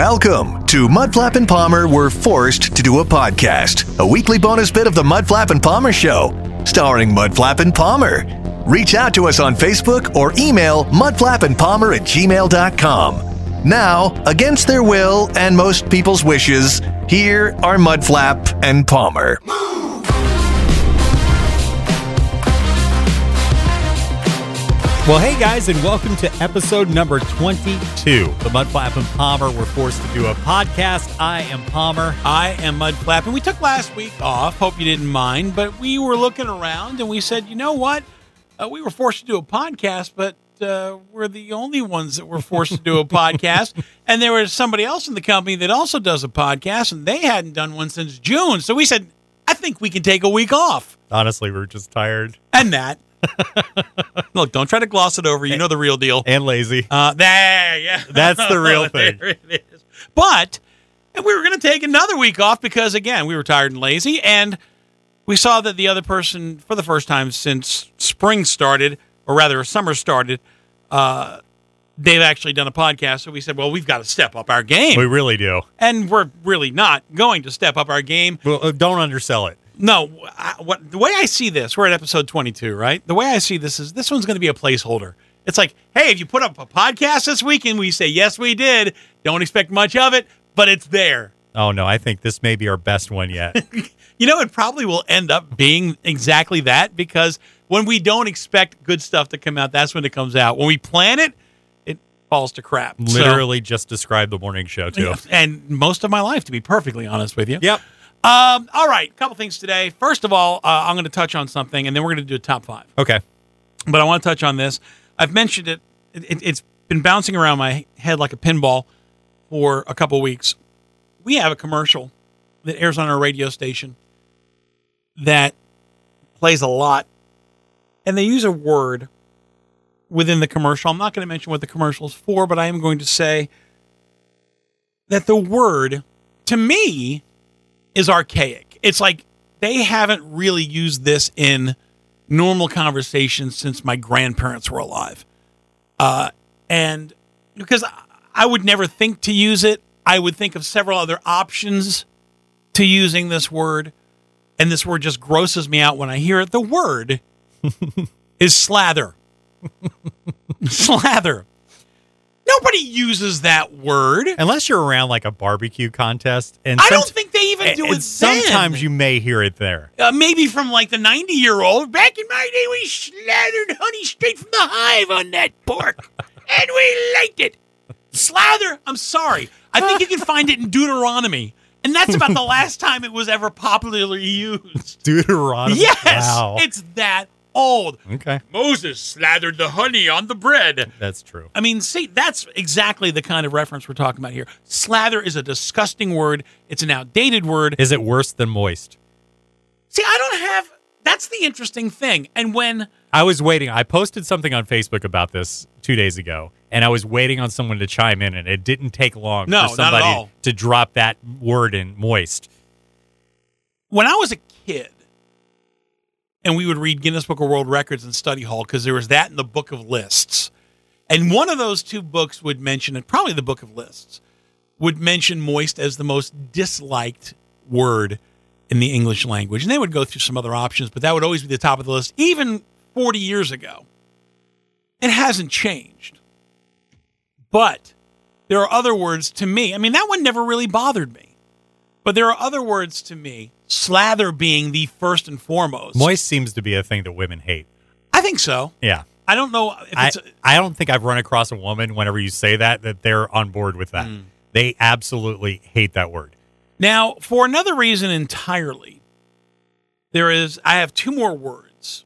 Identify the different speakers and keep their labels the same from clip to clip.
Speaker 1: Welcome to Mudflap and Palmer were forced to do a podcast, a weekly bonus bit of the Mudflap and Palmer show, starring Mudflap and Palmer. Reach out to us on Facebook or email mudflapandpalmer at gmail.com. Now, against their will and most people's wishes, here are Mudflap and Palmer.
Speaker 2: Well, hey guys, and welcome to episode number 22. The Mudflap and Palmer were forced to do a podcast. I am Palmer.
Speaker 3: I am Mudflap, and we took last week off. Hope you didn't mind, but we were looking around and we said, you know what? Uh, we were forced to do a podcast, but uh, we're the only ones that were forced to do a podcast. And there was somebody else in the company that also does a podcast, and they hadn't done one since June. So we said, I think we can take a week off.
Speaker 2: Honestly, we are just tired
Speaker 3: And that. Look, don't try to gloss it over. You know the real deal.
Speaker 2: and lazy.
Speaker 3: Uh, there, yeah.
Speaker 2: That's the real thing.
Speaker 3: There it is. But and we were going to take another week off because again, we were tired and lazy, and we saw that the other person, for the first time since spring started, or rather summer started, uh, they've actually done a podcast. So we said, well, we've got to step up our game,
Speaker 2: We really do.
Speaker 3: and we're really not going to step up our game.
Speaker 2: Well, uh, don't undersell it.
Speaker 3: No, I, what the way I see this, we're at episode 22, right? The way I see this is this one's going to be a placeholder. It's like, hey, if you put up a podcast this week and we say yes, we did, don't expect much of it, but it's there.
Speaker 2: Oh no, I think this may be our best one yet.
Speaker 3: You know, it probably will end up being exactly that because when we don't expect good stuff to come out, that's when it comes out. When we plan it, it falls to crap. So-
Speaker 2: Literally just describe the morning show too.
Speaker 3: and most of my life, to be perfectly honest with you.
Speaker 2: Yep.
Speaker 3: Um, all right, couple things today. First of all, uh, I'm going to touch on something, and then we're going to do a top five.
Speaker 2: Okay.
Speaker 3: but I want to touch on this. I've mentioned it. It, it. has been bouncing around my head like a pinball for a couple weeks. We have a commercial that airs on our radio station that plays a lot, and they use a word within the commercial. I'm not going to mention what the commercial is for, but I am going to say that the word to me is archaic. It's like they haven't really used this in normal conversation since my grandparents were alive. Uh, and because I- I would never think to use it, I would think of several other options to using this word. And this word just grosses me out when I hear it. The word is slather. slather. Nobody uses that word.
Speaker 2: Unless you're around like a barbecue contest, and
Speaker 3: I don't
Speaker 2: somet-
Speaker 3: think they even do it.
Speaker 2: and
Speaker 3: then.
Speaker 2: eh, sometimes you may hear it there.
Speaker 3: uh, maybe from like the 90 year old. Back in my day, we slathered honey straight from the hive on that pork, and we liked it. Slather, I'm sorry. I think you can find it in Deuteronomy, and that's about the last time it was ever popularly used.
Speaker 2: Deuteronomy.
Speaker 3: Yes,
Speaker 2: Wow.
Speaker 3: it's that old.
Speaker 2: okay.
Speaker 3: Moses slathered the honey on the bread.
Speaker 2: That's true.
Speaker 3: I mean, see, that's exactly the kind of reference we're talking about here. Slather is a disgusting word. It's an outdated word.
Speaker 2: Is it worse than moist?
Speaker 3: See, I don't have. That's the interesting thing. And when
Speaker 2: I was waiting. I posted something on Facebook about this two days ago, and I was waiting on someone to chime in, and it didn't take long
Speaker 3: No,
Speaker 2: for
Speaker 3: not at
Speaker 2: somebody
Speaker 3: all.
Speaker 2: to drop that word in moist.
Speaker 3: when I was a kid, and we would read Guinness Book of World Records and study hall because there was that in the Book of Lists, and one of those two books would mention, and probably the Book of Lists would mention moist as the most disliked word in the English language, and they would go through some other options, but that would always be the top of the list, even 40 years ago. It hasn't changed, but there are other words to me. I mean, that one never really bothered me. But there are other words to me, slather being the first and foremost.
Speaker 2: Moist seems to be a thing that women hate.
Speaker 3: I think so.
Speaker 2: Yeah,
Speaker 3: I don't know if
Speaker 2: I,
Speaker 3: it's.
Speaker 2: I don't think I've run across a woman whenever you say that that they're on board with
Speaker 3: Hmm.
Speaker 2: that. They absolutely hate that word.
Speaker 3: now, for another reason entirely, there is. I have two more words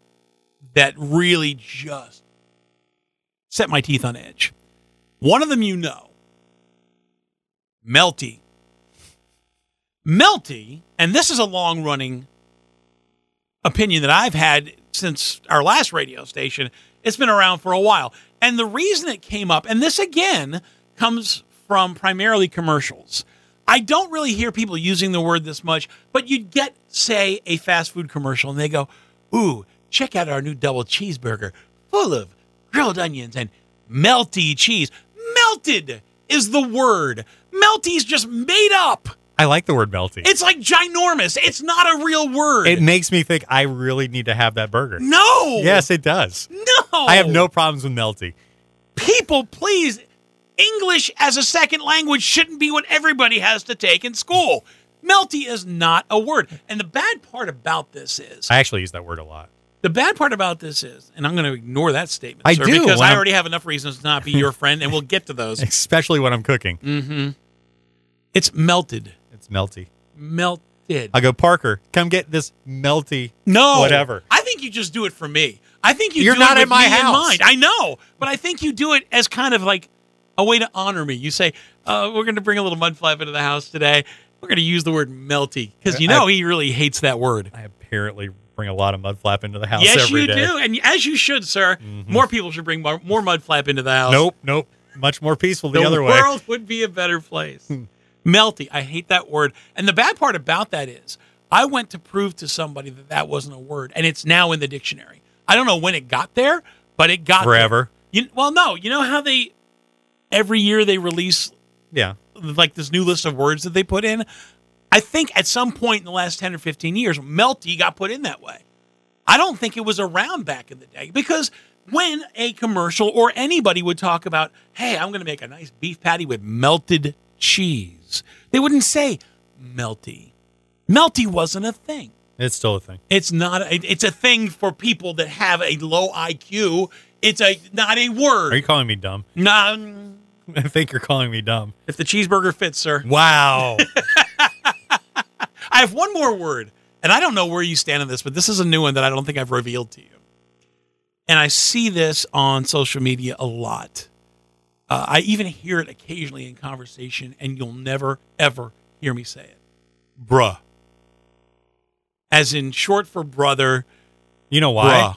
Speaker 3: that really just set my teeth on edge. One of them you know melty. Melty, and this is a long running opinion that I've had since our last radio station. It's been around for a while. And the reason it came up, and this again comes from primarily commercials. I don't really hear people using the word this much, but you'd get, say, a fast food commercial and they go, Ooh, check out our new double cheeseburger full of grilled onions and melty cheese. Melted is the word. Melty's just made up.
Speaker 2: I like the word melty.
Speaker 3: It's like ginormous. It's not a real word.
Speaker 2: It makes me think I really need to have that burger.
Speaker 3: no.
Speaker 2: Yes, it does.
Speaker 3: No.
Speaker 2: I have no problems with melty.
Speaker 3: people, please, English as a second language shouldn't be what everybody has to take in school. Melty is not a word. And the bad part about this is,
Speaker 2: I actually use that word a lot.
Speaker 3: the bad part about this is, and I'm going to ignore that statement,
Speaker 2: I
Speaker 3: sir,
Speaker 2: do,
Speaker 3: because
Speaker 2: when
Speaker 3: I
Speaker 2: I'm-
Speaker 3: already have enough reasons to not be your friend, and we'll get to those.
Speaker 2: Especially when I'm cooking.
Speaker 3: Mm. It's melted.
Speaker 2: It's melty.
Speaker 3: Melted.
Speaker 2: I go, Parker, come get this melty.
Speaker 3: No.
Speaker 2: Whatever.
Speaker 3: I think you just do it for me. I think you
Speaker 2: You're
Speaker 3: do
Speaker 2: not
Speaker 3: it
Speaker 2: in
Speaker 3: with
Speaker 2: my
Speaker 3: me
Speaker 2: house.
Speaker 3: mind. I know, but I think you do it as kind of like a way to honor me. You say, uh, we're going to bring a little mud flap into the house today. We're going to use the word melty because you know he really hates that word.
Speaker 2: I apparently bring a lot of mud flap into the house
Speaker 3: Yes,
Speaker 2: every
Speaker 3: you
Speaker 2: day. Mm-hmm.
Speaker 3: do. And as you should, sir, more people should bring more, more mud flap into the house.
Speaker 2: Nope, nope. Much more peaceful the, other way. Hmm.
Speaker 3: world would be a better place. Melty. I hate that word. And the bad part about that is, I went to prove to somebody that that wasn't a word, and it's now in the dictionary. I don't know when it got there, but it got there.
Speaker 2: Forever.
Speaker 3: You, well, no, you know how they every year they release
Speaker 2: Yeah.
Speaker 3: like this new list of words that they put in. I think at some point in the last ten or fifteen years, melty got put in that way. I don't think it was around back in the day because when a commercial or anybody would talk about, hey, I'm going to make a nice beef patty with melted cheese, they wouldn't say melty. Melty wasn't a thing.
Speaker 2: It's still a thing.
Speaker 3: It's not. A, it's a thing for people that have a low IQ. It's a not a
Speaker 2: Are
Speaker 3: word.
Speaker 2: you calling me dumb?
Speaker 3: Nah,
Speaker 2: I think you're calling me dumb.
Speaker 3: if the cheeseburger fits, sir.
Speaker 2: Wow.
Speaker 3: I have one more word, and I don't know where you stand on this, but this is a new one that I don't think I've revealed to you. And I see this on social media a lot. Uh, I even hear it occasionally in conversation, and you'll never, ever hear me say it. Bruh. As in short for brother.
Speaker 2: you know why?
Speaker 3: Bruh.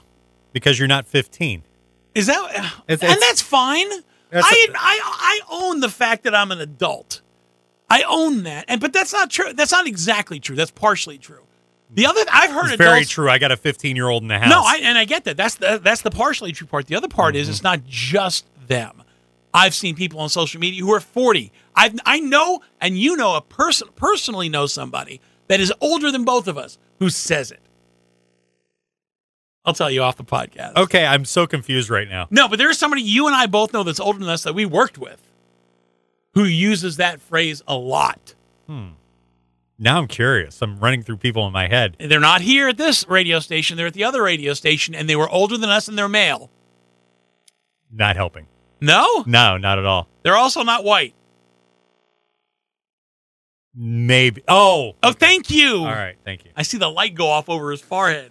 Speaker 2: Because you're not 15.
Speaker 3: Is that.
Speaker 2: It's-
Speaker 3: and
Speaker 2: it's-
Speaker 3: that's fine.
Speaker 2: That's-
Speaker 3: I I- I own the fact that I'm an adult. I own that. and But that's not true. That's not exactly true. That's partially true. The other, I've heard
Speaker 2: It's
Speaker 3: adults.
Speaker 2: very true. I got a 15 year old in the house.
Speaker 3: No, I, and I get that. That's the that's the partially true part. The other part
Speaker 2: Mm-hmm.
Speaker 3: is it's not just them. I've seen people on social media who are 40. I I know and you know a person personally know somebody that is older than both of us who says it. I'll tell you off the podcast.
Speaker 2: Okay, I'm so confused right now.
Speaker 3: No, but there's somebody you and I both know that's older than us that we worked with who uses that phrase a lot.
Speaker 2: Now I'm curious. I'm running through people in my head.
Speaker 3: They're not here at this radio station, they're at the other radio station and they were older than us and they're male.
Speaker 2: Not helping.
Speaker 3: No?
Speaker 2: No, not at all.
Speaker 3: They're also not white.
Speaker 2: Maybe. Oh.
Speaker 3: Oh, thank you.
Speaker 2: All right. Thank you.
Speaker 3: I see the light go off over his forehead.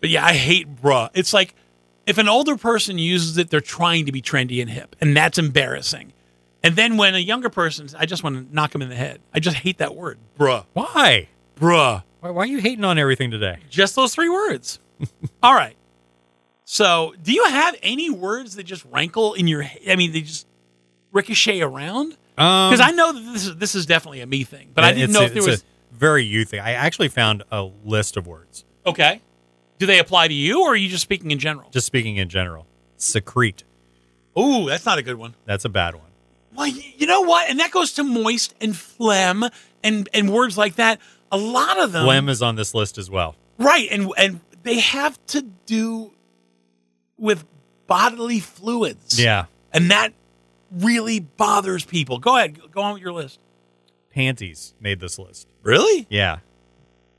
Speaker 3: but yeah, I hate bruh. It's like if an older person uses it, they're trying to be trendy and hip, and that's embarrassing. And then when a younger person, I just want to knock him in the head. I just hate that word, bruh,
Speaker 2: Why?
Speaker 3: bruh.
Speaker 2: Why, why are you hating on everything today?
Speaker 3: Just those three words. All right. So, do you have any words that just rankle in your? he- I mean, they just ricochet around. Because I know that this is this is definitely a me thing, but I didn't know if there was.
Speaker 2: Um, a very you thing. I actually found a list of words.
Speaker 3: okay. Do they apply to you, or are you just speaking in general?
Speaker 2: Just speaking in general, secrete.
Speaker 3: Ooh, that's not a good one.
Speaker 2: That's a bad one.
Speaker 3: Well, y- you know what? And that goes to moist and phlegm and and words like that. A lot of them,
Speaker 2: Phlegm is on this list as well.
Speaker 3: right? And and they have to do with bodily fluids.
Speaker 2: Yeah,
Speaker 3: and that really bothers people. Go ahead, go on with your list.
Speaker 2: panties made this list.
Speaker 3: Really,
Speaker 2: Yeah,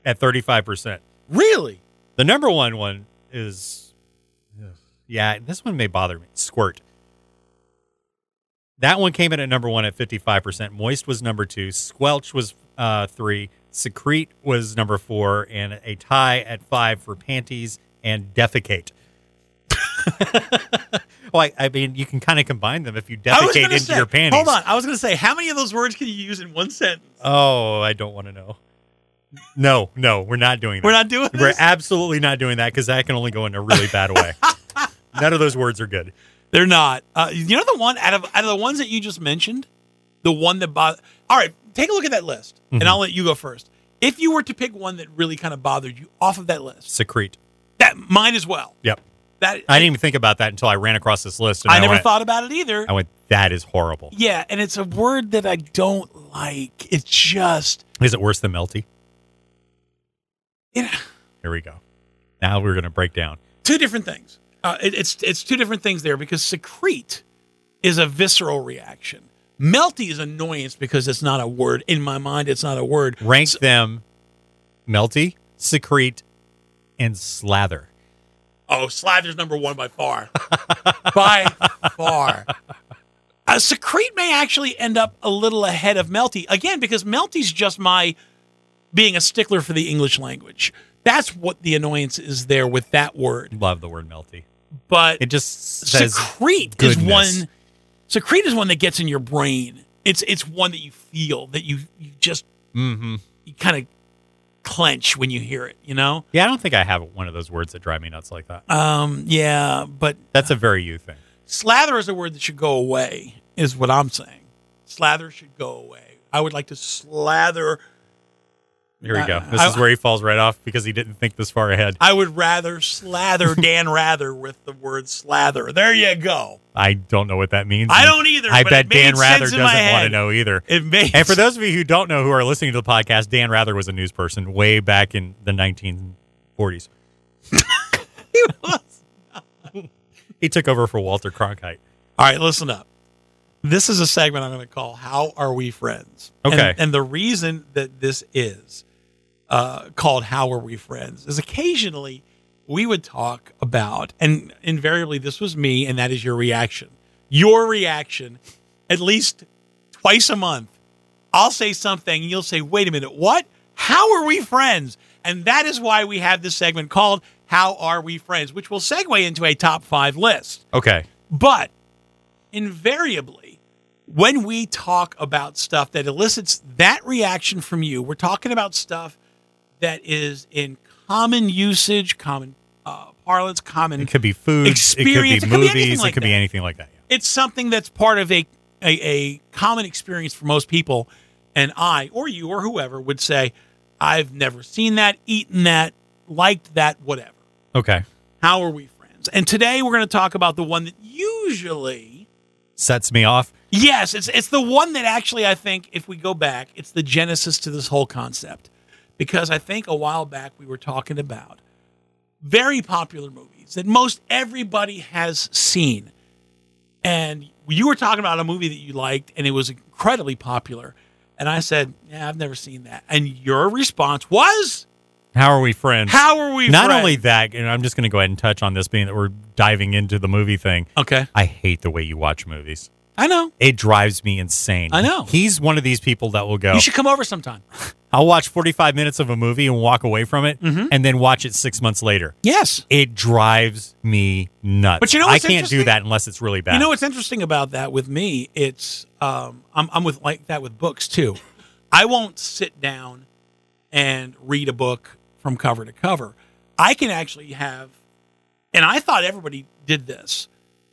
Speaker 2: at thirty five percent.
Speaker 3: really?
Speaker 2: The number one one is, yeah, this one may bother me. Squirt. That one came in at number one at fifty five percent. Moist was number two. Squelch was uh, three. Secrete was number four, and a tie at five for panties and defecate. well, I, I mean, you can kind of combine them if you
Speaker 3: I was
Speaker 2: defecate
Speaker 3: gonna
Speaker 2: into
Speaker 3: say,
Speaker 2: your panties.
Speaker 3: Hold on, I was going to say, how many of those words can you use in one sentence?
Speaker 2: Oh, I don't want to know. No, no, we're not doing that.
Speaker 3: We're not doing this.
Speaker 2: We're absolutely not doing that because that can only go in a really bad way. None of those words are good.
Speaker 3: They're not. Uh, you know the one out of out of the ones that you just mentioned, the one that bo- All right, take a look at that list,
Speaker 2: Mm-hmm.
Speaker 3: and I'll let you go first. If you were to pick one that really kind of bothered you off of that list,
Speaker 2: Secrete.
Speaker 3: that might as well.
Speaker 2: Yep.
Speaker 3: That
Speaker 2: I didn't even think about that until I ran across this list. And
Speaker 3: I never
Speaker 2: went-
Speaker 3: thought about it either.
Speaker 2: I went, that is horrible.
Speaker 3: Yeah, and it's a word that I don't like. It's just
Speaker 2: Is it worse than melty?
Speaker 3: it,
Speaker 2: Here we go. Now we're going to break down.
Speaker 3: two different things. Uh, it, it's it's two different things there because secrete is a visceral reaction. Melty is annoyance because it's not a word in my mind. It's not a word.
Speaker 2: Rank them melty, secrete, and slather.
Speaker 3: Oh, Slather's number one by far. by far. Uh, Secrete may actually end up a little ahead of Melty. Again, because Melty's just my being a stickler for the English language. That's what the annoyance is there with that word.
Speaker 2: Love the word melty.
Speaker 3: But
Speaker 2: It just says
Speaker 3: Secrete is
Speaker 2: goodness.
Speaker 3: one Secrete is one that gets in your brain. It's it's one that you feel that you you just
Speaker 2: hmm
Speaker 3: you kind of clench when you hear it, you know?
Speaker 2: Yeah, I don't think I have one of those words that drive me nuts like that.
Speaker 3: Um yeah, but
Speaker 2: That's a very you thing.
Speaker 3: Slather is a word that should go away, is what I'm saying. Slather should go away. I would like to slather.
Speaker 2: Here we go.
Speaker 3: Uh,
Speaker 2: This
Speaker 3: I-
Speaker 2: is where he falls right off because he didn't think this far ahead.
Speaker 3: I would rather slather Dan Rather with the word slather. There you go.
Speaker 2: I don't know what that means.
Speaker 3: I don't either.
Speaker 2: I
Speaker 3: but
Speaker 2: bet
Speaker 3: it made
Speaker 2: Dan Rather
Speaker 3: sense
Speaker 2: doesn't
Speaker 3: in my
Speaker 2: want to
Speaker 3: head.
Speaker 2: know either.
Speaker 3: It made
Speaker 2: And for those of you who don't know who are listening to the podcast, Dan Rather was a news person way back in the 1940s. He took over for Walter Cronkite.
Speaker 3: All right, listen up. This is a segment I'm going to call "How Are We Friends?"
Speaker 2: Okay.
Speaker 3: And, and the reason that this is uh, called "How Are We Friends" is occasionally we would talk about, and invariably this was me, and that is your reaction. Your reaction, at least twice a month, I'll say something, and you'll say, "Wait a minute, what? How are we friends?" And that is why we have this segment called "How Are We Friends," which will segue into a top five list.
Speaker 2: Okay.
Speaker 3: But invariably, when we talk about stuff that elicits that reaction from you, we're talking about stuff that is in common usage, common uh, parlance, common.
Speaker 2: It could be food,
Speaker 3: Experience,
Speaker 2: it
Speaker 3: it
Speaker 2: could be
Speaker 3: could be anything
Speaker 2: movies,
Speaker 3: like
Speaker 2: it could be
Speaker 3: that.
Speaker 2: anything like that. yeah.
Speaker 3: It's something that's part of a, a a common experience for most people, and I or you or whoever would say, "I've never seen that, eaten that, liked that, whatever."
Speaker 2: Okay.
Speaker 3: How are we friends? And today we're going to talk about the one that usually
Speaker 2: Sets me off.
Speaker 3: Yes, it's it's the one that actually I think if we go back, it's the genesis to this whole concept. Because I think a while back we were talking about very popular movies that most everybody has seen. And you were talking about a movie that you liked and it was incredibly popular. And I said, Yeah, I've never seen that. And your response was,
Speaker 2: How are we friends?
Speaker 3: How are we
Speaker 2: Not
Speaker 3: friends?
Speaker 2: only that, and I'm just going to go ahead and touch on this, being that we're diving into the movie thing.
Speaker 3: Okay.
Speaker 2: I hate the way you watch movies.
Speaker 3: I know.
Speaker 2: It drives me insane.
Speaker 3: I know.
Speaker 2: He's one of these people that will go,
Speaker 3: You should come over sometime.
Speaker 2: I'll watch 45 minutes of a movie and walk away from it
Speaker 3: Mm-hmm.
Speaker 2: and then watch it six months later.
Speaker 3: Yes.
Speaker 2: It drives me nuts.
Speaker 3: But you know
Speaker 2: I
Speaker 3: what's
Speaker 2: can't do
Speaker 3: interesting?
Speaker 2: that unless it's really bad.
Speaker 3: You know what's interesting about that with me? It's um, I'm I'm with like that with books too. I won't sit down and read a book from cover to cover. I can actually have, and I thought everybody did this,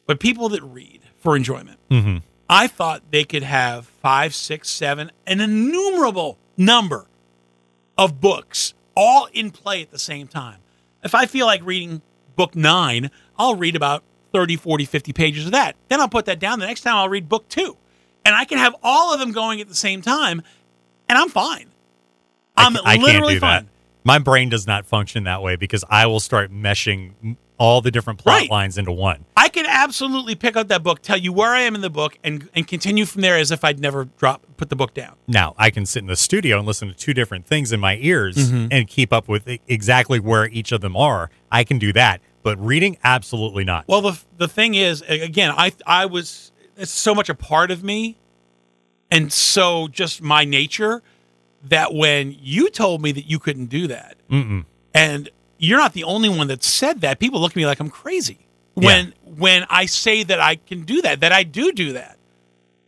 Speaker 3: but people that read for enjoyment,
Speaker 2: Mhm.
Speaker 3: I thought they could have five, six, seven, an innumerable number of books all in play at the same time. If I feel like reading book nine, I'll read about 30, 40, 50 pages of that. Then I'll put that down. The next time I'll read book two. And I can have all of them going at the same time, and I'm fine.
Speaker 2: I
Speaker 3: I'm
Speaker 2: ca- I can't
Speaker 3: literally
Speaker 2: do
Speaker 3: fine.
Speaker 2: that. My brain does not function that way because I will start meshing m- all the different plot
Speaker 3: Right.
Speaker 2: lines into one.
Speaker 3: I can absolutely pick up that book, tell you where I am in the book, and, and continue from there as if I'd never drop put the book down.
Speaker 2: Now, I can sit in the studio and listen to two different things in my ears
Speaker 3: Mm-hmm.
Speaker 2: and keep up with e- exactly where each of them are. I can do that, but reading, absolutely not.
Speaker 3: Well, the the thing is, a- again, I I was it's so much a part of me, and so just my nature that when you told me that you couldn't do that,
Speaker 2: Mm-mm.
Speaker 3: and you're not the only one that said that, people look at me like I'm crazy when when I say that I can do that, that I do do that.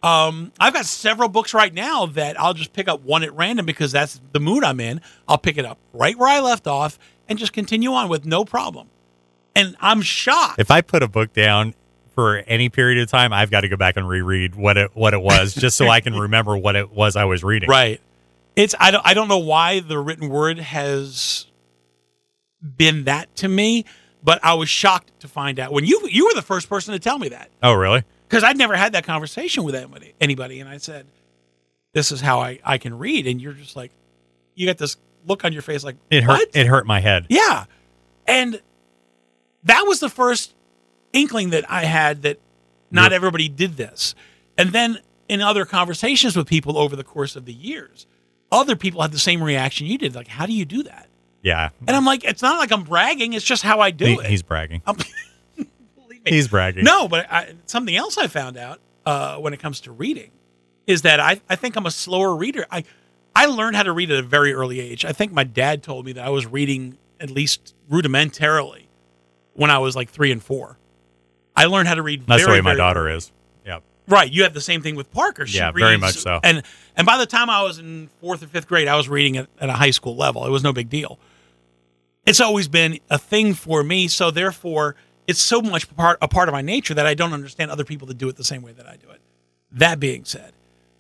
Speaker 3: Um, I've got several books right now that I'll just pick up one at random because that's the mood I'm in. I'll pick it up right where I left off and just continue on with no problem. And I'm shocked.
Speaker 2: If I put a book down for any period of time, I've got to go back and reread what it what it was just so I can remember what it was I was reading.
Speaker 3: Right. It's I don't I don't know why the written word has been that to me, but I was shocked to find out when you you were the first person to tell me that.
Speaker 2: Oh, really?
Speaker 3: because I'd never had that conversation with anybody, anybody. And I said, this is how I, I can read. And you're just like, you got this look on your face like,
Speaker 2: It hurt.
Speaker 3: what?
Speaker 2: It hurt my head.
Speaker 3: Yeah. And that was the first inkling that I had that not
Speaker 2: Yep.
Speaker 3: everybody did this. And then in other conversations with people over the course of the years, other people had the same reaction you did. Like, how do you do that?
Speaker 2: Yeah,
Speaker 3: And I'm like, it's not like I'm bragging. It's just how I do
Speaker 2: He-
Speaker 3: it.
Speaker 2: he's bragging.
Speaker 3: I'm- Believe me.
Speaker 2: He's bragging.
Speaker 3: No, but I, something else I found out uh, when it comes to reading is that I, I think I'm a slower reader. I I learned how to read at a very early age. I think my dad told me that I was reading at least rudimentarily when I was like three and four. I learned how to read.
Speaker 2: that's the
Speaker 3: very,
Speaker 2: way my
Speaker 3: very-
Speaker 2: daughter is. Yeah,
Speaker 3: Right, you have the same thing with Parker. She
Speaker 2: Yeah,
Speaker 3: reads,
Speaker 2: very much so.
Speaker 3: And and by the time I was in fourth or fifth grade, I was reading at, at a high school level. It was no big deal. It's always been a thing for me, so therefore, it's so much part a part of my nature that I don't understand other people that do it the same way that I do it. That being said,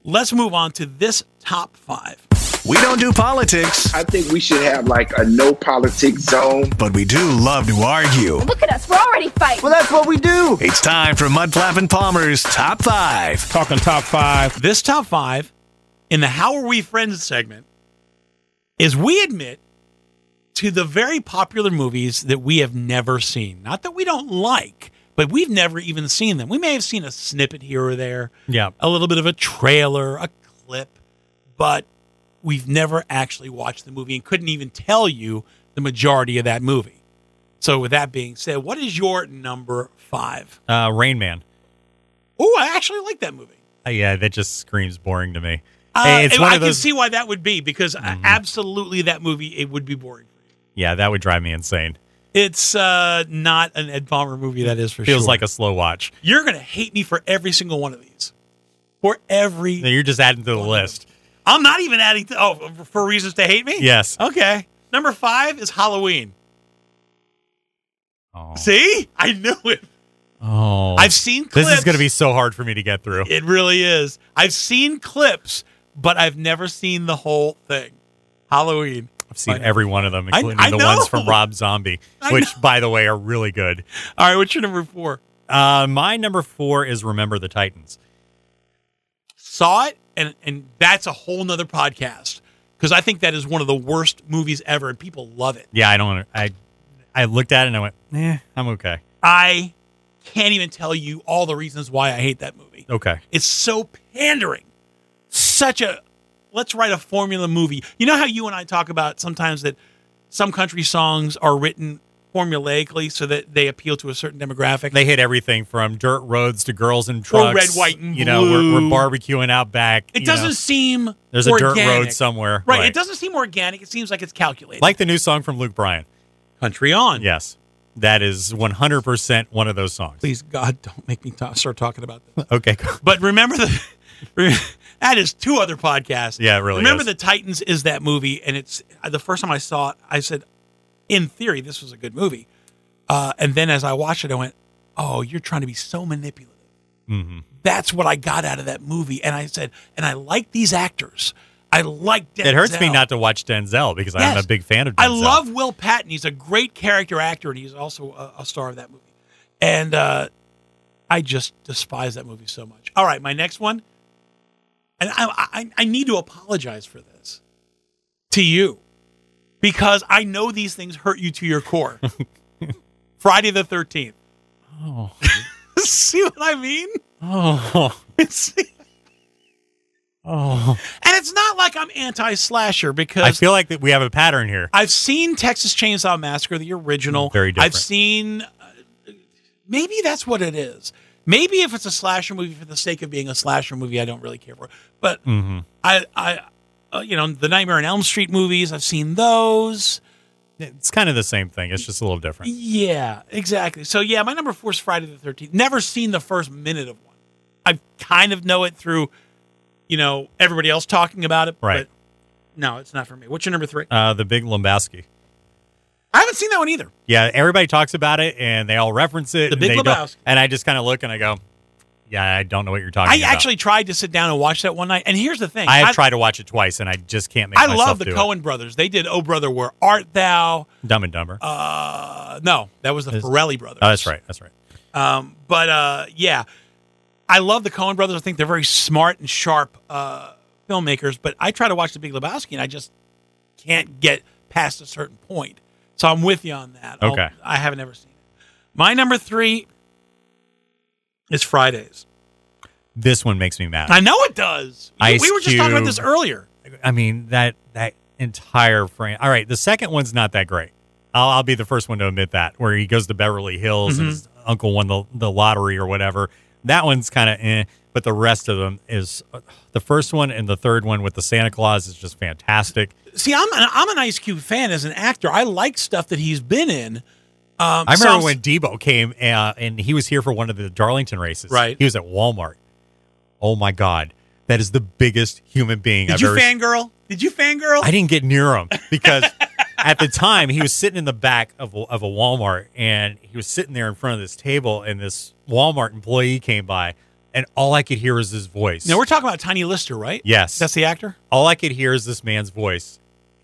Speaker 3: let's move on to this top five.
Speaker 1: We don't do politics,
Speaker 4: I think we should have like a no politics zone.
Speaker 1: but we do love to argue.
Speaker 5: Look at us, we're already fighting.
Speaker 6: Well, that's what we do.
Speaker 1: It's time for Mudflap and Palmer's Top 5.
Speaker 7: Talking top five.
Speaker 3: This top five in the How Are We Friends segment is we admit to the very popular movies that we have never seen. Not that we don't like, but we've never even seen them. We may have seen a snippet here or there,
Speaker 2: yeah.
Speaker 3: a little bit of a trailer, a clip, but we've never actually watched the movie and couldn't even tell you the majority of that movie. So, with that being said, what is your number five?
Speaker 2: Uh, Rain Man.
Speaker 3: Oh, I actually like that movie.
Speaker 2: Uh, yeah, that just screams boring to me.
Speaker 3: Uh,
Speaker 2: Hey, it's
Speaker 3: and
Speaker 2: one
Speaker 3: I
Speaker 2: of those- Mm-hmm.
Speaker 3: can see why that would be because uh absolutely that movie it would be boring.
Speaker 2: Yeah, that would drive me insane.
Speaker 3: It's uh, not an Ed Palmer movie. That is for sure.
Speaker 2: Feels like a slow watch.
Speaker 3: you're gonna hate me for every single one of these, for every.
Speaker 2: No, You're just adding to the
Speaker 3: One of
Speaker 2: list.
Speaker 3: I'm not even adding to. Oh, for reasons to hate me.
Speaker 2: Yes.
Speaker 3: Okay. Number five is Halloween.
Speaker 2: Oh.
Speaker 3: See, I knew it.
Speaker 2: Oh.
Speaker 3: I've seen.
Speaker 2: this
Speaker 3: Clips.
Speaker 2: is going to be so hard for me to get through.
Speaker 3: It really is. I've seen clips, but I've never seen the whole thing. Halloween.
Speaker 2: I've seen
Speaker 3: I-
Speaker 2: every one of them,
Speaker 3: I-
Speaker 2: including
Speaker 3: I
Speaker 2: the
Speaker 3: know.
Speaker 2: ones from Rob Zombie,
Speaker 3: I
Speaker 2: which, by the way, are really good.
Speaker 3: All right, what's your number four?
Speaker 2: Uh, my number four is Remember the Titans.
Speaker 3: saw it and and that's a whole nother podcast because i think that is one of the worst movies ever and people love it
Speaker 2: Yeah, I don't. I I looked at it and I went, eh, I'm okay.
Speaker 3: i can't even tell you all the reasons why i hate that movie
Speaker 2: Okay.
Speaker 3: it's so pandering such a let's write a formula movie you know how you and i talk about sometimes that some country songs are written formulaically so that they appeal to a certain demographic
Speaker 2: They hit everything from dirt roads to girls in trucks.
Speaker 3: red, white, and
Speaker 2: You know, we're, we're
Speaker 3: blue.
Speaker 2: barbecuing out back.
Speaker 3: it
Speaker 2: you know.
Speaker 3: doesn't seem
Speaker 2: there's
Speaker 3: organic.
Speaker 2: a dirt road somewhere.
Speaker 3: right, it doesn't seem organic it seems like it's calculated
Speaker 2: Like the new song from Luke Bryan.
Speaker 3: country on
Speaker 2: Yes. That is 100% one of those songs.
Speaker 3: please god don't make me ta- start talking about this
Speaker 2: Okay.
Speaker 3: But remember the that is two other podcasts.
Speaker 2: Yeah, it really
Speaker 3: Remember
Speaker 2: is.
Speaker 3: the Titans is that movie, and it's uh, the first time I saw it. I said, in theory, this was a good movie, uh, and then as I watched it, I went, "Oh, you're trying to be so manipulative."
Speaker 2: Mhm.
Speaker 3: That's what I got out of that movie, and I said, and I like these actors. I like. Denzel.
Speaker 2: It hurts me not to watch Denzel because I'm
Speaker 3: Yes.
Speaker 2: a big fan of Denzel.
Speaker 3: I love Will Patton. He's a great character actor, and he's also a, a star of that movie. And uh, I just despise that movie so much. All right, my next one, and I, I, I need to apologize for this to you because I know these things hurt you to your core. Friday the Thirteenth.
Speaker 2: Oh.
Speaker 3: See what I mean?
Speaker 2: Oh.
Speaker 3: It's, and
Speaker 2: Oh.
Speaker 3: it's not like I'm anti-slasher because
Speaker 2: I feel like that we have a pattern here.
Speaker 3: I've seen Texas Chainsaw Massacre, the original.
Speaker 2: Mm, Very different.
Speaker 3: I've seen. Uh, maybe that's what it is. Maybe if it's a slasher movie for the sake of being a slasher movie, I don't really care for. it. But
Speaker 2: Mm-hmm.
Speaker 3: I, I, uh, you know, the Nightmare on Elm Street movies, I've seen those.
Speaker 2: It's kind of the same thing. It's just a little different.
Speaker 3: Yeah, exactly. So yeah, my number four is Friday the Thirteenth. Never seen the first minute of one. I kind of know it through, you know, everybody else talking about it.
Speaker 2: Right.
Speaker 3: But no, it's not for me. What's your number three?
Speaker 2: Uh, the Big Lebowski.
Speaker 3: I haven't seen that one either.
Speaker 2: Yeah, everybody talks about it and they all reference it.
Speaker 3: The
Speaker 2: and
Speaker 3: Big
Speaker 2: they don't-
Speaker 3: Lebowski.
Speaker 2: And I just kind of look and I go, yeah, I don't know what you're talking
Speaker 3: I
Speaker 2: about.
Speaker 3: actually tried to sit down and watch that one night. And here's the thing:
Speaker 2: I have tried to watch it twice and I just can't make
Speaker 3: I
Speaker 2: myself
Speaker 3: love the
Speaker 2: do
Speaker 3: Cohen brothers. They did "Oh Brother, Where Art Thou?"
Speaker 2: it. Dumb and Dumber.
Speaker 3: Uh, no, that was the
Speaker 2: Is-
Speaker 3: Ferrelli brothers.
Speaker 2: oh, that's right. That's right.
Speaker 3: Um, but uh, yeah, I love the Coen brothers. I think they're very smart and sharp uh, filmmakers, but I try to watch The Big Lebowski and I just can't get past a certain point. So I'm with you on that. I'll-
Speaker 2: Okay.
Speaker 3: I haven't ever seen it. My number three is Fridays.
Speaker 2: This one makes me mad.
Speaker 3: I know it does. You-
Speaker 2: Ice
Speaker 3: we were just talking about
Speaker 2: Cube.
Speaker 3: this earlier.
Speaker 2: I mean that that entire frame. All right, the second one's not that great. I'll, I'll be the first one to admit that. Where he goes to Beverly Hills
Speaker 3: Mm-hmm.
Speaker 2: and his uncle won the the lottery or whatever. That one's kind of eh. But the rest of them is the first one and the third one with the Santa Claus is just fantastic.
Speaker 3: See, I'm an, I'm an Ice Cube fan as an actor. I like stuff that he's been in. Um,
Speaker 2: I
Speaker 3: so
Speaker 2: remember
Speaker 3: I'm-
Speaker 2: when Debo came uh, and he was here for one of the Darlington races.
Speaker 3: Right.
Speaker 2: He was at Walmart. Oh my God, that is the biggest human being
Speaker 3: did
Speaker 2: I've
Speaker 3: you
Speaker 2: ever
Speaker 3: fangirl? Did you fangirl?
Speaker 2: I didn't get near him because at the time he was sitting in the back of a, of a Walmart and he was sitting there in front of this table and this Walmart employee came by and all I could hear was his voice.
Speaker 3: now we're talking about Tiny Lister, right?
Speaker 2: yes,
Speaker 3: That's the actor.
Speaker 2: all I could hear is this man's voice.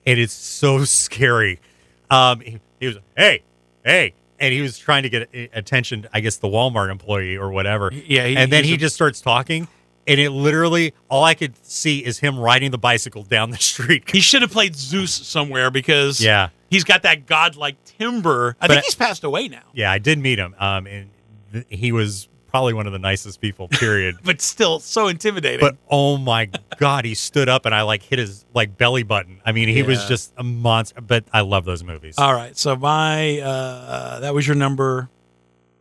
Speaker 2: and It is so scary. Um, he, he was hey, hey, and he was trying to get a- attention. I guess the Walmart employee or whatever.
Speaker 3: Yeah, he-
Speaker 2: and then
Speaker 3: he's
Speaker 2: he
Speaker 3: a-
Speaker 2: just starts talking. And it literally, all I could see is him riding the bicycle down the street.
Speaker 3: He should have played Zeus somewhere because
Speaker 2: Yeah.
Speaker 3: he's got that godlike timber. I
Speaker 2: But
Speaker 3: think
Speaker 2: I-
Speaker 3: he's passed away now,
Speaker 2: Yeah, I did meet him. Um, and th- he was probably one of the nicest people. Period.
Speaker 3: but still so intimidating.
Speaker 2: but oh my god, he stood up and I like hit his like belly button. I mean, he was
Speaker 3: Yeah. Uh,
Speaker 2: just a monster. But I love those movies.
Speaker 3: all right, so my uh, that was your number.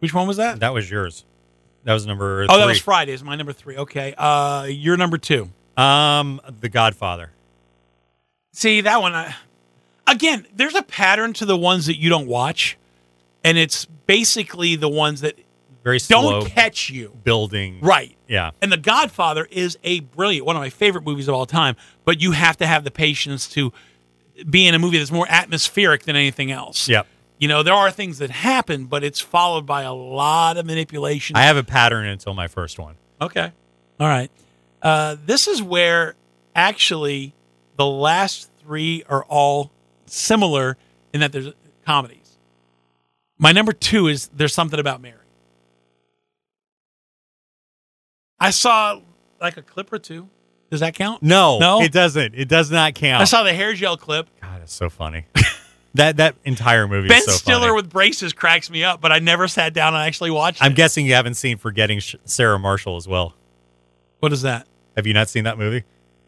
Speaker 3: Which one was that?
Speaker 2: that was yours. That was number.
Speaker 3: oh,
Speaker 2: three.
Speaker 3: that was Fridays. My number three. Okay, uh, your number two.
Speaker 2: um The Godfather.
Speaker 3: See that one. I, again, there's a pattern to the ones that you don't watch, and it's basically the ones that
Speaker 2: Very
Speaker 3: don't
Speaker 2: slow
Speaker 3: catch you.
Speaker 2: building.
Speaker 3: Right.
Speaker 2: Yeah.
Speaker 3: And The Godfather is a brilliant, one of my favorite movies of all time. But you have to have the patience to be in a movie that's more atmospheric than anything else.
Speaker 2: Yep.
Speaker 3: You know, there are things that happen, but it's followed by a lot of manipulation.
Speaker 2: I have a pattern until my first one.
Speaker 3: okay. All right. Uh, this is where actually the last three are all similar in that there's comedies. My number two is There's Something About Mary. I saw like a clip or two. Does that count?
Speaker 2: No,
Speaker 3: No?
Speaker 2: it doesn't. It does not count.
Speaker 3: I saw the hair gel clip.
Speaker 2: God, it's so funny. that that entire movie.
Speaker 3: Ben
Speaker 2: is so
Speaker 3: Stiller
Speaker 2: funny.
Speaker 3: with braces cracks me up, but I never sat down and actually watched
Speaker 2: I'm
Speaker 3: it.
Speaker 2: guessing you haven't seen Forgetting Sh- Sarah Marshall as well.
Speaker 3: what is that?
Speaker 2: Have you not seen that movie?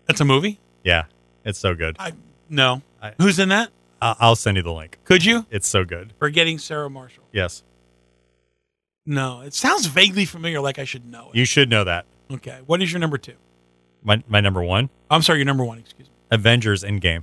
Speaker 3: That's a movie?
Speaker 2: Yeah, it's so good.
Speaker 3: I no.
Speaker 2: I-
Speaker 3: Who's in that?
Speaker 2: I- I'll send you the link.
Speaker 3: Could you?
Speaker 2: It's so good.
Speaker 3: Forgetting Sarah Marshall.
Speaker 2: Yes,
Speaker 3: No, it sounds vaguely familiar, like I should know it.
Speaker 2: you should know that.
Speaker 3: okay, what is your number two?
Speaker 2: My my number one,
Speaker 3: I'm sorry, your number one. Excuse me.
Speaker 2: Avengers Endgame.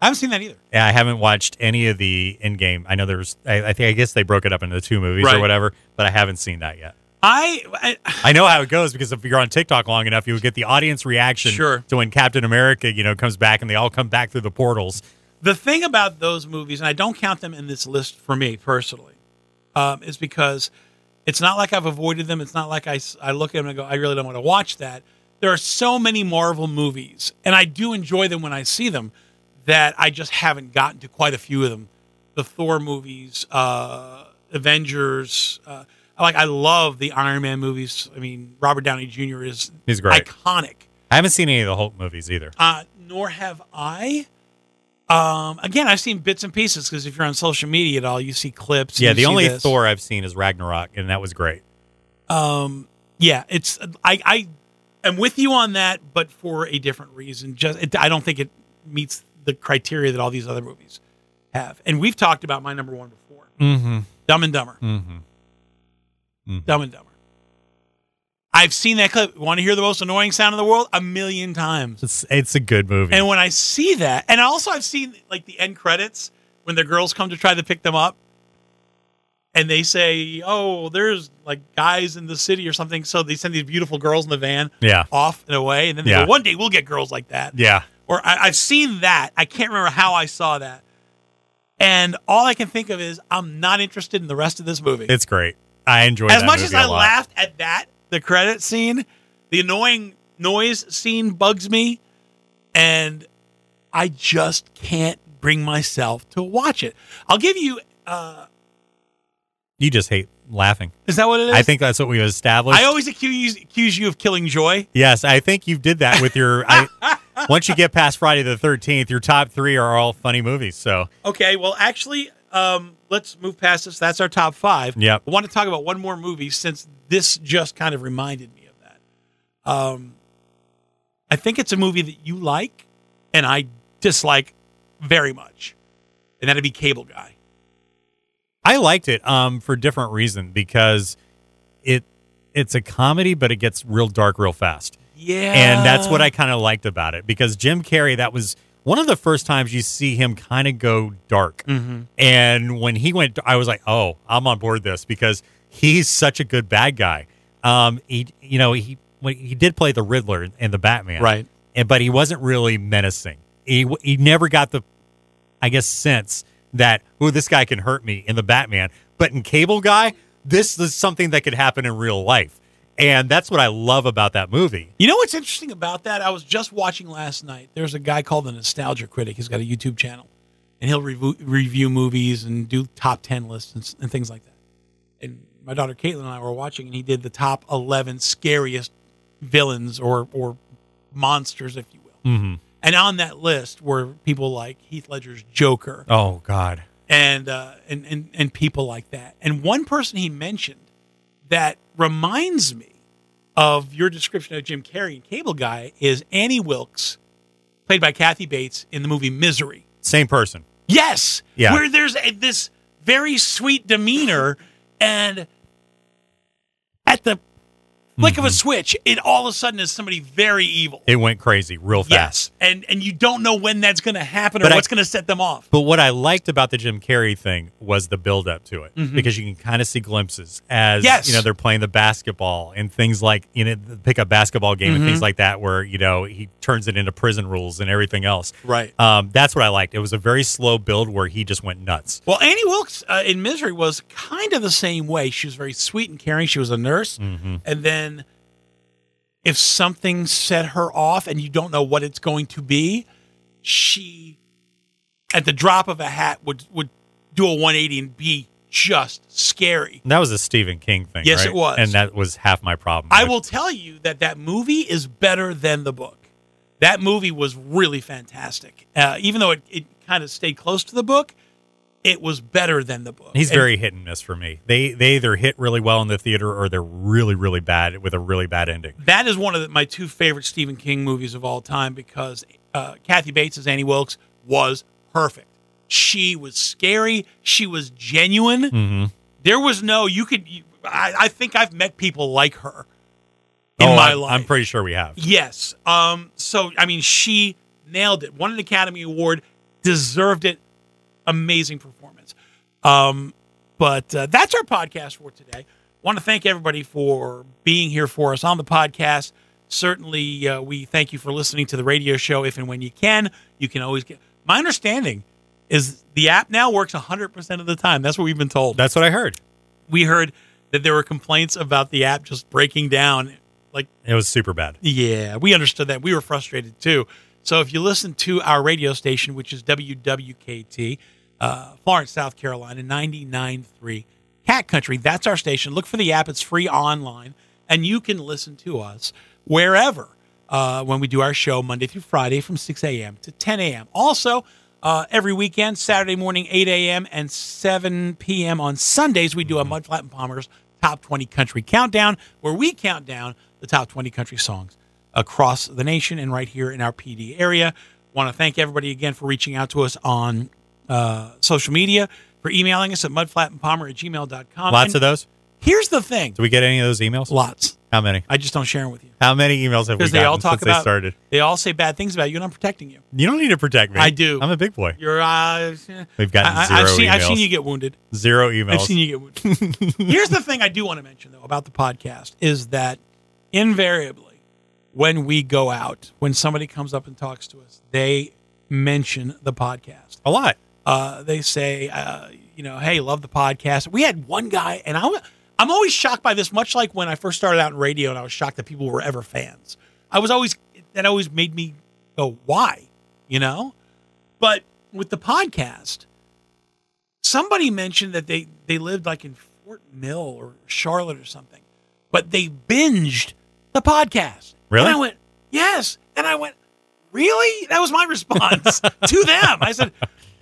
Speaker 3: I haven't seen that either.
Speaker 2: Yeah, I haven't watched any of the Endgame. I know there's. I, I think I guess they broke it up into two movies
Speaker 3: Right.
Speaker 2: or whatever, but I haven't seen that yet.
Speaker 3: I, I
Speaker 2: I know how it goes because if you're on TikTok long enough, you'll get the audience reaction
Speaker 3: Sure.
Speaker 2: to when Captain America, you know, comes back and they all come back through the portals.
Speaker 3: the thing about those movies, and I don't count them in this list for me personally, um, is because it's not like I've avoided them. It's not like I, s- I look at them and go, I really don't want to watch that. There are so many Marvel movies, and I do enjoy them when I see them, that I just haven't gotten to quite a few of them. The Thor movies, uh, Avengers. Uh, I like I love the Iron Man movies. I mean, Robert Downey Jr. is
Speaker 2: He's great.
Speaker 3: iconic
Speaker 2: I haven't seen any of the Hulk movies either.
Speaker 3: uh, nor have I. Um, again, I've seen bits and pieces because if you're on social media at all, you see clips. and
Speaker 2: yeah,
Speaker 3: you
Speaker 2: the
Speaker 3: see
Speaker 2: only
Speaker 3: this.
Speaker 2: Thor I've seen is Ragnarok, and that was great.
Speaker 3: Um, yeah, it's I I am with you on that, but for a different reason. Just it, I don't think it meets the criteria that all these other movies have. And we've talked about my number one before,
Speaker 2: Mm-hmm.
Speaker 3: Dumb and Dumber.
Speaker 2: Mm-hmm.
Speaker 3: Dumb and Dumber. I've seen that clip. Want to hear the most annoying sound in the world? A million times.
Speaker 2: It's it's a good movie.
Speaker 3: And when I see that, and also I've seen like the end credits when the girls come to try to pick them up, and they say, "Oh, there's like guys in the city or something." So they send these beautiful girls in the van
Speaker 2: yeah,
Speaker 3: off and away, and then they
Speaker 2: Yeah.
Speaker 3: go, "One day we'll get girls like that."
Speaker 2: yeah.
Speaker 3: Or I, I've seen that. I can't remember how I saw that, and all I can think of is I'm not interested in the rest of this movie.
Speaker 2: It's great. I enjoyed
Speaker 3: as
Speaker 2: that
Speaker 3: much
Speaker 2: movie
Speaker 3: as
Speaker 2: a
Speaker 3: I
Speaker 2: lot.
Speaker 3: laughed at that, the credit scene, the annoying noise scene bugs me, and I just can't bring myself to watch it. I'll give you uh,
Speaker 2: You just hate laughing.
Speaker 3: Is that what it is?
Speaker 2: I think that's what we established.
Speaker 3: I always accuse accuse you of killing joy.
Speaker 2: yes, I think you did that with your. I, once you get past Friday the Thirteenth, your top three are all funny movies. So
Speaker 3: Okay, well, actually, um, let's move past this. That's our top five.
Speaker 2: Yep.
Speaker 3: I want to talk about one more movie since this just kind of reminded me of that. Um, I think it's a movie that you like and I dislike very much, and that'd be Cable Guy.
Speaker 2: I liked it um, for a different reason because it it's a comedy, but it gets real dark real fast.
Speaker 3: Yeah,
Speaker 2: and that's what I kind of liked about it because Jim Carrey, that was one of the first times you see him kind of go dark.
Speaker 3: Mm-hmm.
Speaker 2: And when he went, I was like, oh, I'm on board this because he's such a good bad guy. Um, he, you know, he when he did play the Riddler and the Batman,
Speaker 3: Right.
Speaker 2: And but he wasn't really menacing. He w- he never got the, I guess, sense that oh, this guy can hurt me in the Batman. But in Cable Guy, this is something that could happen in real life, and that's what I love about that movie.
Speaker 3: You know what's interesting about that? I was just watching last night. There's a guy called the Nostalgia Critic. He's got a YouTube channel, and he'll review, review movies and do top ten lists and, s- and things like that. And my daughter Caitlin and I were watching, and he did the top eleven scariest villains or or monsters, if you will.
Speaker 2: Mm-hmm.
Speaker 3: And on that list were people like Heath Ledger's Joker,
Speaker 2: Oh God.
Speaker 3: and uh, and and and people like that. And one person he mentioned that reminds me of your description of Jim Carrey and Cable Guy is Annie Wilkes, played by Kathy Bates in the movie Misery.
Speaker 2: Same person.
Speaker 3: Yes,
Speaker 2: Yeah.
Speaker 3: where there's a, this very sweet demeanor and at the flick
Speaker 2: Mm-hmm.
Speaker 3: of a switch, it all of a sudden is somebody very evil.
Speaker 2: It went crazy real fast.
Speaker 3: Yes, and and you don't know when that's going to happen or
Speaker 2: But I-
Speaker 3: what's going to set them off.
Speaker 2: But what I liked about the Jim Carrey thing was the build up to it because you can kind of see glimpses as
Speaker 3: Mm-hmm. Yes.
Speaker 2: you know they're playing the basketball and things like you know the pickup basketball game and
Speaker 3: Mm-hmm.
Speaker 2: things like that where you know he turns it into prison rules and everything else.
Speaker 3: Right.
Speaker 2: Um, that's what I liked. It was a very slow build where he just went nuts.
Speaker 3: Well, Annie Wilkes uh, in Misery was kind of the same way. She was very sweet and caring. She was a nurse.
Speaker 2: Mm-hmm.
Speaker 3: And then if something set her off and you don't know what it's going to be, she, at the drop of a hat, would, would do a 180 and be just scary.
Speaker 2: And that was a Stephen King thing.
Speaker 3: Yes,
Speaker 2: right?
Speaker 3: it was.
Speaker 2: and that was half my problem.
Speaker 3: I
Speaker 2: with-
Speaker 3: will tell you that that movie is better than the book. That movie was really fantastic. Uh, even though it, it kind of stayed close to the book, it was better than the book.
Speaker 2: He's
Speaker 3: And-
Speaker 2: very hit and miss for me. They they either hit really well in the theater or they're really really bad with a really bad ending.
Speaker 3: that is one of the, my two favorite Stephen King movies of all time because uh, Kathy Bates as Annie Wilkes was perfect. She was scary. She was genuine.
Speaker 2: Mm-hmm.
Speaker 3: There was no you could. You, I, I think I've met people like her in
Speaker 2: oh,
Speaker 3: my
Speaker 2: I'm,
Speaker 3: life.
Speaker 2: I'm pretty sure we have.
Speaker 3: Yes. Um. So I mean, she nailed it. Won an Academy Award. Deserved it. Amazing performance. Um. But uh, that's our podcast for today. Want to thank everybody for being here for us on the podcast. Certainly, uh, we thank you for listening to the radio show. If and when you can, you can always get. My understanding is the app now works 100% of the time. That's what we've been told
Speaker 2: That's what I heard.
Speaker 3: we heard that there were complaints about the app just breaking down. Like,
Speaker 2: It was super bad.
Speaker 3: yeah, we understood that. We were frustrated too. So if you listen to our radio station, which is WWKT, uh, Florence, South Carolina, 99.3 Cat Country, that's our station. Look for the app. It's free online, and you can listen to us wherever uh, when we do our show Monday through Friday from 6 a.m. to 10 a.m. Also, uh, every weekend, Saturday morning, 8 a.m. and 7 p.m. on Sundays, we do a Mud Flat and Palmer's Top 20 Country Countdown, where we count down the top 20 country songs across the nation and right here in our PD area. Want to thank everybody again for reaching out to us on uh, social media, for emailing us at mudflatandpalmer at gmail.com.
Speaker 2: Lots
Speaker 3: Um, And
Speaker 2: of those.
Speaker 3: Here's the thing
Speaker 2: Do we get any of those emails?
Speaker 3: lots.
Speaker 2: How many?
Speaker 3: I just don't share them with you
Speaker 2: How many emails have we
Speaker 3: because they
Speaker 2: gotten
Speaker 3: all talk
Speaker 2: since
Speaker 3: about
Speaker 2: they started?
Speaker 3: They all say bad things about you, and I'm protecting you.
Speaker 2: You don't need to protect me.
Speaker 3: I do.
Speaker 2: I'm a big boy.
Speaker 3: You're, uh,
Speaker 2: We've gotten
Speaker 3: I, I-
Speaker 2: zero
Speaker 3: I've seen,
Speaker 2: emails.
Speaker 3: I've seen you get wounded.
Speaker 2: zero emails.
Speaker 3: I've seen you get wounded. Here's the thing I do want to mention though about the podcast is that invariably when we go out, when somebody comes up and talks to us, they mention the podcast.
Speaker 2: a lot.
Speaker 3: Uh, they say, uh, you know, hey, love the podcast. We had one guy, and I'm I'm always shocked by this. Much like when I first started out in radio, and I was shocked that people were ever fans. I was always that always made me go, why, you know? But with the podcast, somebody mentioned that they they lived like in Fort Mill or Charlotte or something, but they binged the podcast.
Speaker 2: Really?
Speaker 3: And I went, yes. And I went, really? That was my response to them. I said,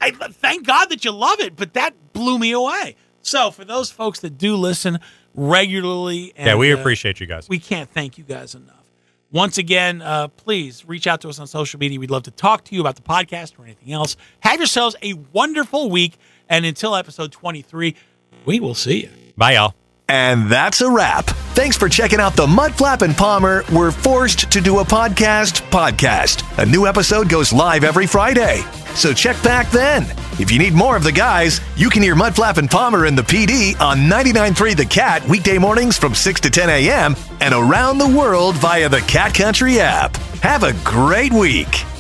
Speaker 3: I, thank God that you love it, but that blew me away. So for those folks that do listen regularly, and,
Speaker 2: yeah, we
Speaker 3: uh,
Speaker 2: appreciate you guys.
Speaker 3: we can't thank you guys enough. Once again, uh, please reach out to us on social media. We'd love to talk to you about the podcast or anything else. Have yourselves a wonderful week. And until episode 23, we will see you.
Speaker 2: Bye, y'all.
Speaker 1: And that's a wrap. Thanks for checking out the Mudflap and Palmer We're Forced to Do a Podcast podcast. A new episode goes live every Friday. So check back then. If you need more of the guys, you can hear Mudflap and Palmer and the PD on 99.3 The Cat weekday mornings from 6 to 10 a.m. and around the world via the Cat Country app. Have a great week.